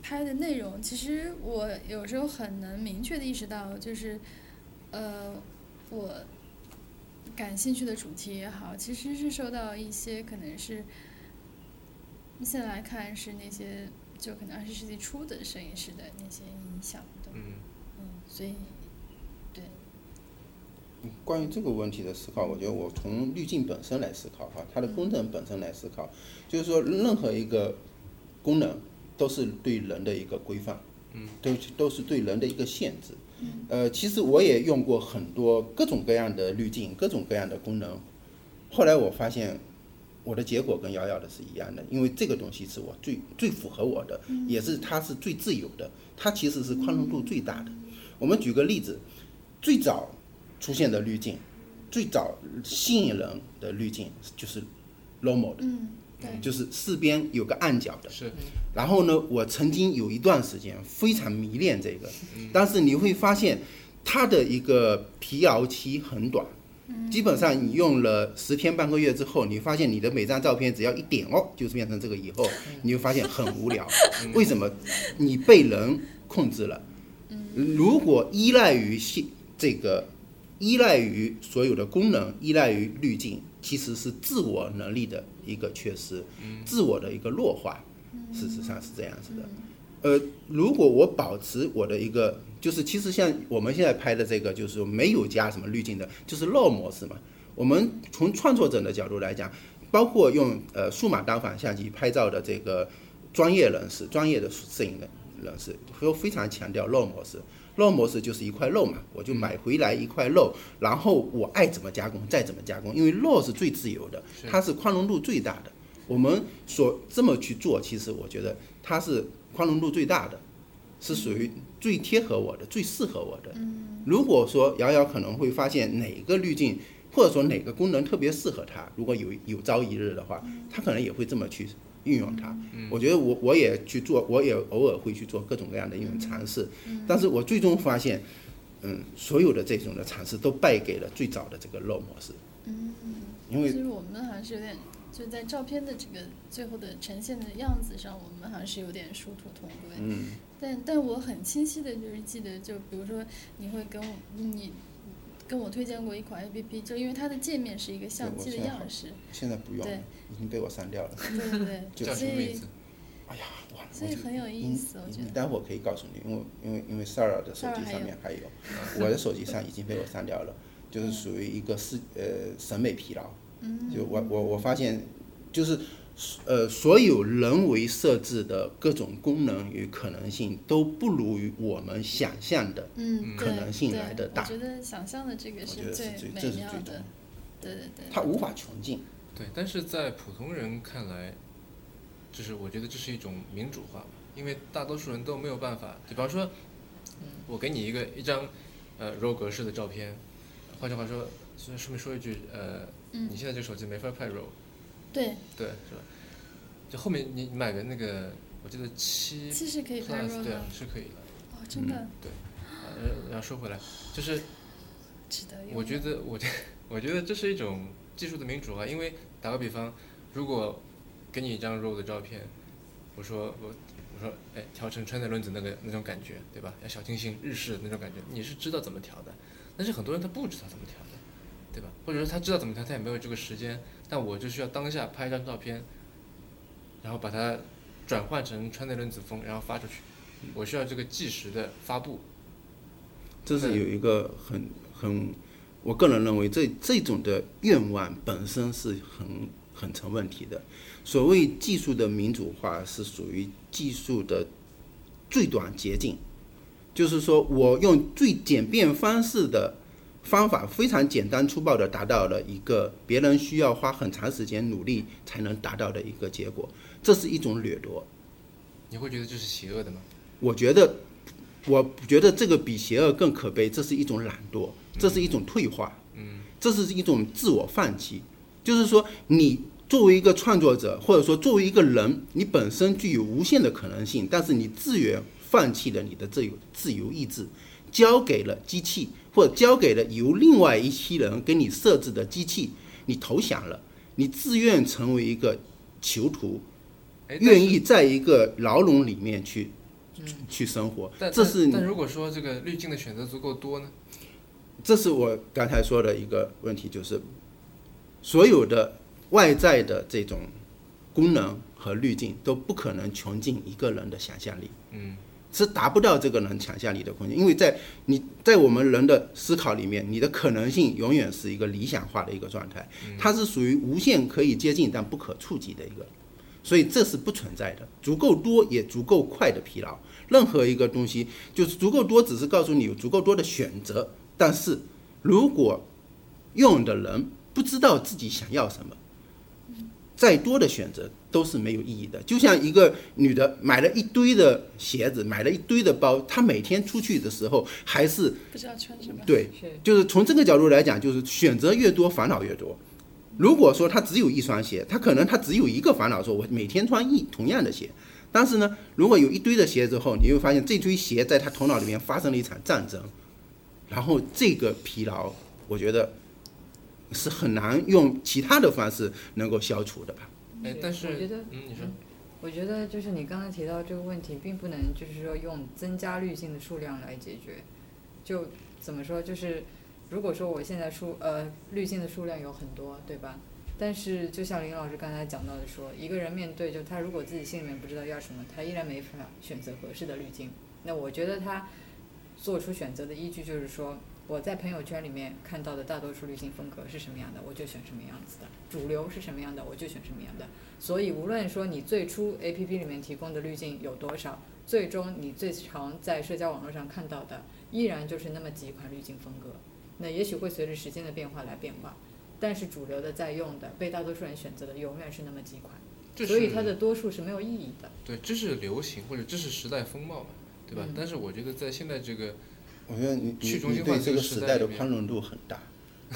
C: 拍的内容，其实我有时候很能明确的意识到，就是呃我。感兴趣的主题也好，其实是受到一些可能是现在来看是那些就可能二十世纪初的摄影师的那些影响的，
A: 嗯
C: 嗯，所以对，
D: 关于这个问题的思考，我觉得我从滤镜本身来思考哈，它的功能本身来思考，就是说任何一个功能都是对人的一个规范，
A: 嗯，
D: 都是都是对人的一个限制。呃，其实我也用过很多各种各样的滤镜，各种各样的功能，后来我发现我的结果跟瑶瑶的是一样的，因为这个东西是我最最符合我的，也是它是最自由的，它其实是宽容度最大的。我们举个例子，最早出现的滤镜，最早吸引人的滤镜就是 Lomo 的，
C: 嗯，对，
D: 就是四边有个暗角的。
A: 是
D: 然后呢，我曾经有一段时间非常迷恋这个，但是你会发现它的一个疲劳期很短，基本上你用了十天半个月之后，你发现你的每张照片只要一点哦，就是变成这个以后，你会发现很无聊。为什么？你被人控制了。如果依赖于现这个，依赖于所有的功能，依赖于滤镜，其实是自我能力的一个缺失，自我的一个弱化。事实上是这样子的。呃，如果我保持我的一个，就是其实像我们现在拍的这个，就是没有加什么滤镜的，就是 RAW 模式嘛。我们从创作者的角度来讲，包括用呃数码单反相机拍照的这个专业人士、专业的摄影人人士，都非常强调 RAW 模式。RAW 模式就是一块肉嘛，我就买回来一块肉，然后我爱怎么加工再怎么加工，因为 RAW 是最自由的，
A: 是
D: 它是宽容度最大的。我们所这么去做，其实我觉得它是宽容度最大的，
C: 嗯
D: 是属于最贴合我的、最适合我的。如果说瑶瑶可能会发现哪个滤镜，或者说哪个功能特别适合她，如果有有朝一日的话，
C: 嗯
D: 她可能也会这么去运用它。我觉得我我也去做，我也偶尔会去做各种各样的应用尝试，
C: 嗯
D: 但是我最终发现，嗯，所有的这种的尝试都败给了最早的这个 RAW 模式，因为
C: 其实我们好像是有点，就在照片的这个最后的呈现的样子上，我们好像是有点殊途同归。
D: 嗯。
C: 但但我很清晰的就是记得，就比如说你会跟我你跟我推荐过一款 A P P，就因为它的界面是一个相
D: 对我
C: 机的
D: 现在
C: 样
D: 好
C: 式，
D: 现在不用了
C: 对，
D: 已经被我删掉了。
C: 对对
D: 就
A: 叫什
C: 对，所
A: 么名
C: 以
A: 字？
D: 哎呀，完了，
C: 所
D: 我
C: 以
D: 就
C: 很有意
D: 你
C: 思，我觉
D: 你
C: 得。
D: 待会嗯儿可以告诉你，因为因为因为 Sarah 的手
C: Sarah
D: 机
C: 还
D: 上
C: 有
D: 面
C: [LAUGHS]
D: 还有，我的手机上已经被我删掉了，就是属于一个视
C: 嗯
D: 呃审美疲劳。就我我我发现，就是呃所有人为设置的各种功能与可能性都不如于我们想象的，
C: 嗯，
D: 可
C: 对
D: 能性
C: 对
D: 来得
C: 我
D: 大
C: 觉得想象的这
D: 我
C: 个
D: 觉得是最
C: 美妙
D: 这是最重要
C: 的，
D: 的，
C: 对对对。
D: 它无法穷尽。
A: 对，但是在普通人看来，就是我觉得这是一种民主化，因为大多数人都没有办法。比方说，
C: 嗯
A: 我给你一个一张呃柔格式的照片，换句话说，顺顺便说一句，呃，
C: 嗯
A: 你现在这手机没法拍柔，
C: 对，
A: 对，是吧？就后面你你买个那个，我记得七
C: 其实可以拍
A: plus
C: RAW
A: 对啊
C: 的，
A: 是可以的。
C: 哦，真的
D: 嗯
A: 呃，然后说回来，就是
C: 值得用。
A: 我觉得，我觉我觉得这是一种技术的民主化。啊因为打个比方，如果给你一张 RAW 的照片，我说我我说哎，调成川菜轮子那个那种感觉，对吧？要小清新日式的那种感觉，你是知道怎么调的，但是很多人他不知道怎么调的，对吧？或者说他知道怎么调，他也没有这个时间。但我就需要当下拍一张照片，然后把它转换成川内轮子风，然后发出去。我需要这个即时的发布，
D: 这是有一个很很，我个人认为这这种的愿望本身是很很成问题的。所谓技术的民主化是属于技术的最短捷径，就是说我用最简便方式的方法，非常简单粗暴的达到了一个别人需要花很长时间努力才能达到的一个结果，这是一种掠夺。
A: 你会觉得这是邪恶的吗？
D: 我觉得，我觉得这个比邪恶更可悲，这是一种懒惰，这是一种退化，嗯，这是一种自我放弃。就是说，你作为一个创作者，或者说作为一个人，你本身具有无限的可能性，但是你自愿放弃了你的自由自由意志，交给了机器，或者交给了由另外一批人给你设置的机器，你投降了，你自愿成为一个囚徒，
A: 哎，但
D: 愿
A: 是嗯
D: 意在一个牢笼里面去、去生活。
A: 但
D: 这
A: 但
D: 是
A: 但如果说这个滤镜的选择足够多呢？
D: 这是我刚才说的一个问题，就是所有的外在的这种功能和滤镜都不可能穷尽一个人的想象力。
A: 嗯，
D: 是达不到这个人想象力的空间，因为在你在我们人的思考里面，你的可能性永远是一个理想化的一个状态，它是属于无限可以接近但不可触及的一个，所以这是不存在的。足够多也足够快的疲劳，任何一个东西就是足够多，只是告诉你有足够多的选择，但是如果用的人不知道自己想要什么，再多的选择都是没有意义的。就像一个女的买了一堆的鞋子，买了一堆的包，她每天出去的时候还是
C: 不知道穿什么。
D: 对
B: 是
D: 就是从这个角度来讲，就是选择越多，烦恼越多。如果说他只有一双鞋，他可能他只有一个烦恼，说我每天穿一同样的鞋。但是呢，如果有一堆的鞋之后，你会发现这堆鞋在他头脑里面发生了一场战争，然后这个疲劳，我觉得是很难用其他的方式能够消除的吧。
A: 哎，但是
B: 我觉得
A: 嗯，你说
B: 我觉得就是你刚才提到这个问题，并不能就是说用增加滤镜的数量来解决。就怎么说，就是如果说我现在数呃滤镜的数量有很多，对吧？但是就像林老师刚才讲到的说，一个人面对就他如果自己心里面不知道要什么，他依然没法选择合适的滤镜。那我觉得他做出选择的依据就是说，我在朋友圈里面看到的大多数滤镜风格是什么样的，我就选什么样子的；主流是什么样的，我就选什么样的。所以，无论说你最初 A P P 里面提供的滤镜有多少，最终你最常在社交网络上看到的，依然就是那么几款滤镜风格。那也许会随着时间的变化来变化，但是主流的在用的、被大多数人选择的，永远是那么几款。
A: 这是
B: 所以它的多数是没有意义的。
A: 对，这是流行或者这是时代风貌嘛，对吧？
B: 嗯
A: 但是我觉得在现在这个
D: 我觉得你你
A: 去中
D: 你
A: 心化
D: 对
A: 这
D: 这
A: 个
D: 个
A: 时
D: 时
A: 代
D: 代的
A: 里面
D: 宽容度很大。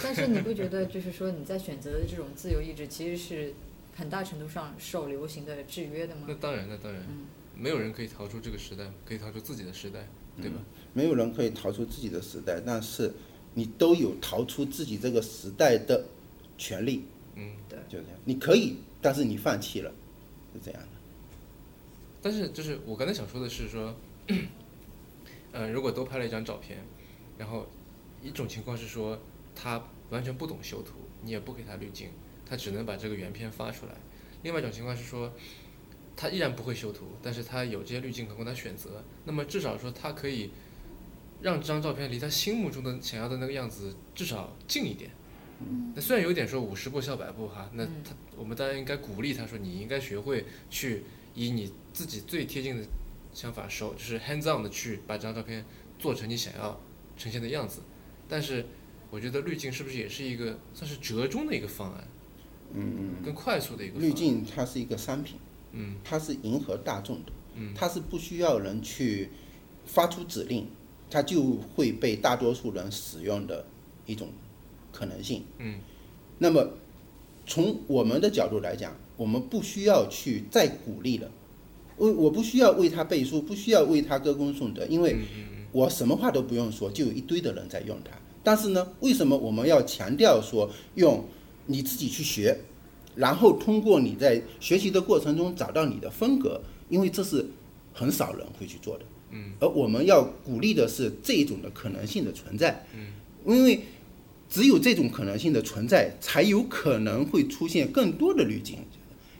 B: 但是你不觉得，就是说你在选择的这种自由意志，其实是很大程度上受流行的制约的吗
A: 那？当然，那当然，
B: 嗯
A: 没有人可以逃出这个时代，可以逃出自己的时代，对
D: 嗯
A: 吧？
D: 没有人可以逃出自己的时代，但是你都有逃出自己这个时代的权利。
A: 嗯，
D: 就这样，你可以，但是你放弃了，是这样的。
A: 但是就是我刚才想说的是说，呃，如果都拍了一张照片，然后一种情况是说他完全不懂修图，你也不给他滤镜，他只能把这个原片发出来；另外一种情况是说，他依然不会修图，但是他有这些滤镜可供他选择，那么至少说他可以让这张照片离他心目中的想要的那个样子至少近一点。
C: 嗯
A: 那虽然有点说五十步笑百步哈，那
B: 嗯
A: 他我们当然应该鼓励他说你应该学会去以你自己最贴近的想法手，就是 hands on 的去把这张照片做成你想要呈现的样子。但是我觉得滤镜是不是也是一个算是折中的一个方案，
D: 嗯
A: 更快速的一个
D: 嗯，
A: 方案
D: 滤，镜它是一个商品，
A: 嗯
D: 它是迎合大众的，
A: 嗯
D: 它是不需要人去发出指令，它就会被大多数人使用的一种可能性。
A: 嗯
D: 那么从我们的角度来讲，我们不需要去再鼓励了，为我不需要为他背书，不需要为他歌功颂德，因为
A: 嗯嗯
D: 我什么话都不用说，就有一堆的人在用它。但是呢，为什么我们要强调说用你自己去学，然后通过你在学习的过程中找到你的风格？因为这是很少人会去做的。
A: 嗯，
D: 而我们要鼓励的是这种的可能性的存在。嗯，因为只有这种可能性的存在，才有可能会出现更多的滤镜。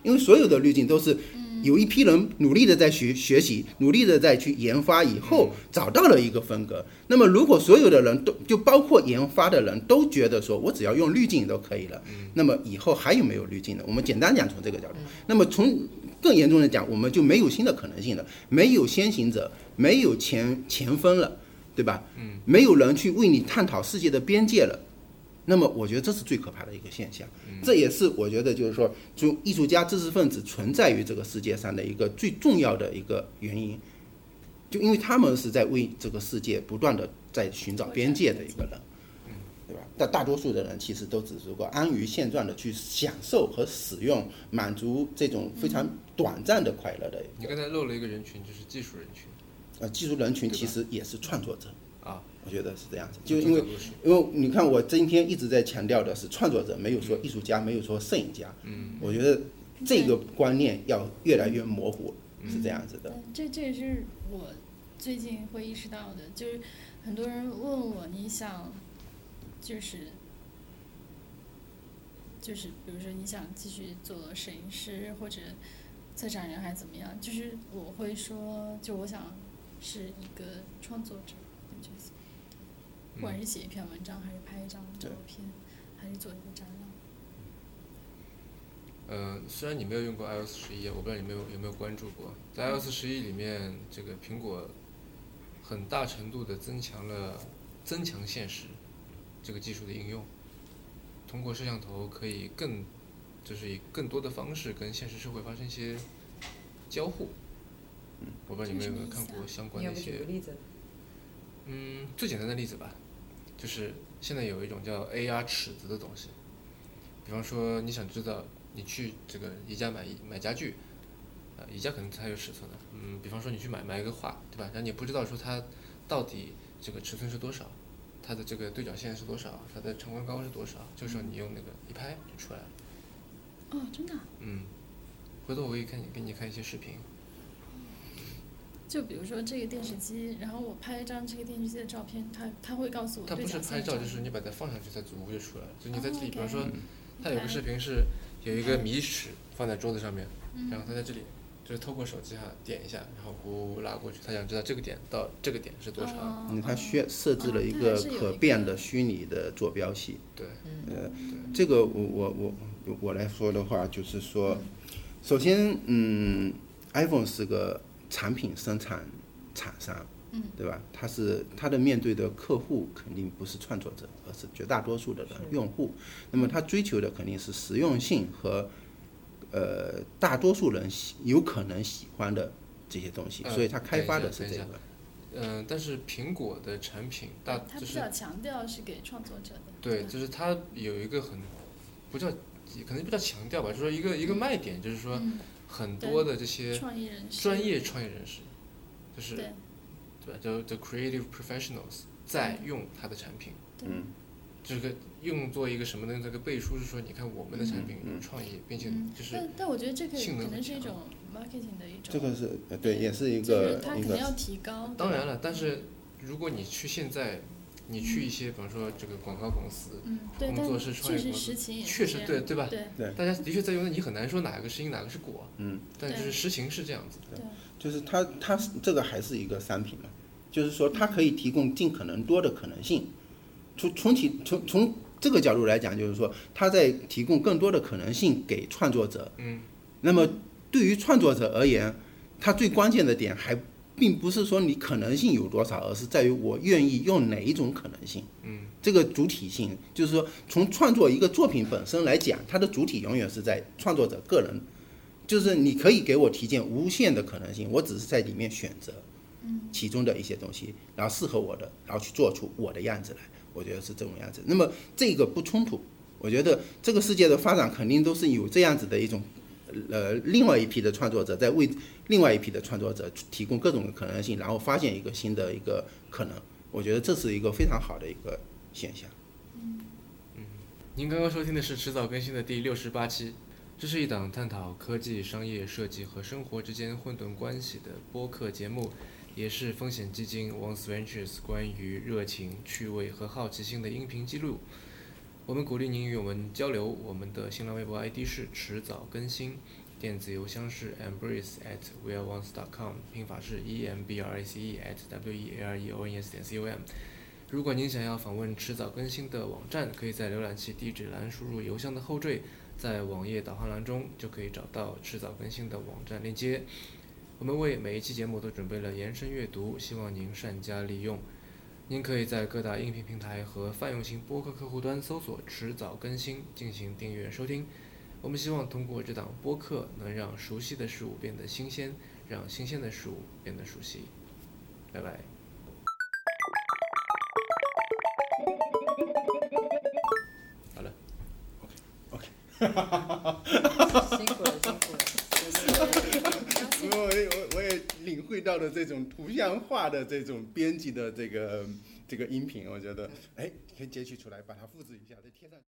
D: 因为所有的滤镜都是有一批人努力的在学学习，努力的在去研发，以后找到了一个风格。那么，如果所有的人都就包括研发的人都觉得说我只要用滤镜都可以了，那么以后还有没有滤镜呢？我们简单讲从这个角度。那么从更严重的讲，我们就没有新的可能性了，没有先行者，没有前前锋了，对吧？嗯，没有人去为你探讨世界的边界了。那么，我觉得这是最可怕的一个现象，
A: 嗯
D: 这也是我觉得就是说，就艺术家、知识分子存在于这个世界上的一个最重要的一个原因，就因为他们是在为这个世界不断的在寻找边界的一个人，
A: 嗯
D: 对吧？但大多数的人其实都只是过安于现状的去享受和使用，满足这种非常短暂的快乐的一
A: 你刚
D: 个。
A: 才漏了一个人群，就是技术人群
D: 呃，技术人群
A: 对吧
D: 其实也是创作者，
A: 啊，
D: 我觉得是这样子，就因为
A: 这个角度是
D: 因为你看，我今天一直在强调的是创作者，没有说艺术家，没有说摄影家。嗯，我觉得这个观念要越来越模糊，是这样子的。
C: 嗯这这也是我最近会意识到的，就是很多人问我，你想就是就是，比如说你想继续做摄影师或者策展人还是怎么样，就是我会说，就我想是一个创作者，就是
A: 嗯
C: 不管是写一篇文章，还是拍一张照
D: 对
C: 片，还是做一个展览，
A: 呃，虽然你没有用过 iOS 十一，我不知道你没有有没有关注过，在 iOS 十一里面，这个苹果很大程度的增强了增强现实这个技术的应用，通过摄像头可以更就是以更多的方式跟现实社会发生一些交互。嗯，我不知道你们有没有看过相关
B: 你要
A: 的
B: 不
A: 一
B: 举
A: 些
B: 个例子？
A: 嗯，最简单的例子吧，就是现在有一种叫 AR 尺子的东西，比方说你想知道你去这个宜家买买家具，啊、宜家可能它有尺寸的，嗯，比方说你去买买一个画，对吧？然后你也不知道说它到底这个尺寸是多少，它的这个对角线是多少，它的长宽高是多少，这时候你用那个一拍就出来了，
C: 哦，真的啊、
A: 嗯，回头我可以看你给你看一些视频，
C: 就比如说这个电视机，然后我拍一张这个电视机的照片，它它会告诉我
A: 它
C: 对
A: 不是
C: 角
A: 拍
C: 线
A: 照，
C: 长
A: 就是你把它放上去，它组合就出来了。就你在这里，比方说
C: 哦，
A: 它有个视频是有一个米尺放在桌子上面，
C: 嗯
A: 然后它在这里，就是透过手机哈点一下，然后呼拉过去，它想知道这个点到这个点是多长。
C: 哦
D: 嗯，它需要设置了一
C: 哦它还
D: 个
C: 是有
D: 可
C: 一个
D: 变的虚拟的坐标系。
A: 对，
B: 嗯
D: 这个我我我我来说的话，就是说，首先，嗯，iPhone 是个产品生产厂商，嗯，对吧？它是它的面对的客户肯定不是创作者，而是绝大多数的人用户。那么它追求的肯定是实用性和，呃，大多数人喜有可能喜欢的这些东西，
A: 呃
D: 所以它开发的是
A: 等一
D: 这
A: 下
D: 个。
A: 嗯、但是苹果的产品大
C: 它
A: 就
C: 比
A: 是
C: 较强调是给创作者的，
A: 对，
C: 吧
A: 就是它有一个很不叫可能不叫强调吧，就是说一个一个卖点，就是说
C: 嗯
A: 很
C: 对
A: 多的这些
C: 嗯创意人士，
A: 专业创业人士，就是
C: 对
A: 对吧？叫 the creative professionals 在
C: 嗯
A: 用它的产品，
C: 对
D: 嗯，
A: 这个用作一个什么的这个背书是说，你看我们的产品有创意，并且
C: 嗯
A: 就，是
C: 但但我觉得这个
A: 性能
C: 可能
A: 很
C: 是一
A: 强
C: 种 marketing 的一种，
D: 这个是呃对，也是一
C: 就是
D: 个
C: 它
D: 一
C: 肯定
D: 个
C: 要提高，对
A: 当
C: 吧
A: 然了，但是如果你去现在，你去一些比方说这个广告公司，
C: 嗯，对，
A: 工
C: 但
A: 作
C: 是
A: 室
C: 确
A: 创业
C: 实
A: 公司
C: 实情也
A: 确
C: 是
A: 实
C: 这
A: 对
C: 样
A: 对吧
C: 对
D: 对
A: 大家的确在用，你很难说哪个是因哪个是果，
D: 嗯。
A: 但就
C: 对
A: 是实情是这样子的。
C: 对，
D: 就是它它是这个还是一个商品嘛，就是说它可以提供尽可能多的可能性。从从其从从这个角度来讲，就是说它在提供更多的可能性给创作者。
A: 嗯。
D: 那么对于创作者而言，它最关键的点还并不是说你可能性有多少，而是在于我愿意用哪一种可能性。
A: 嗯。
D: 这个主体性，就是说从创作一个作品本身来讲，它的主体永远是在创作者个人就是你可以给我提建无限的可能性，我只是在里面选择，其中的一些东西，然后适合我的，然后去做出我的样子来，我觉得是这种样子。那么这个不冲突，我觉得这个世界的发展肯定都是有这样子的一种，呃，另外一批的创作者在为另外一批的创作者提供各种可能性，然后发现一个新的一个可能，我觉得这是一个非常好的一个现象。
A: 您刚刚收听的是迟早更新的第六十八期，这是一档探讨科技、商业、设计和生活之间混沌关系的播客节目，也是风险基金 Once Ventures 关于热情、趣味和好奇心的音频记录。我们鼓励您与我们交流，我们的新浪微博 ID 是迟早更新，电子邮箱是 embrace at weareonce.com，拼法是 e m b r a c e at w e a r e o n e s 点 c o m。如果您想要访问迟早更新的网站，可以在浏览器地址栏输入邮箱的后缀，在网页导航栏中就可以找到迟早更新的网站链接。我们为每一期节目都准备了延伸阅读，希望您善加利用。您可以在各大音频平台和泛用型播客客户端搜索“迟早更新”进行订阅收听。我们希望通过这档播客，能让熟悉的事物变得新鲜，让新鲜的事物变得熟悉。拜拜。好了。
B: 辛苦了，辛苦了。
D: 因为我也我我也领会到了这种图像化的这种编辑的这个这个音频，我觉得哎，可以截取出来，把它复制一下，再贴上去。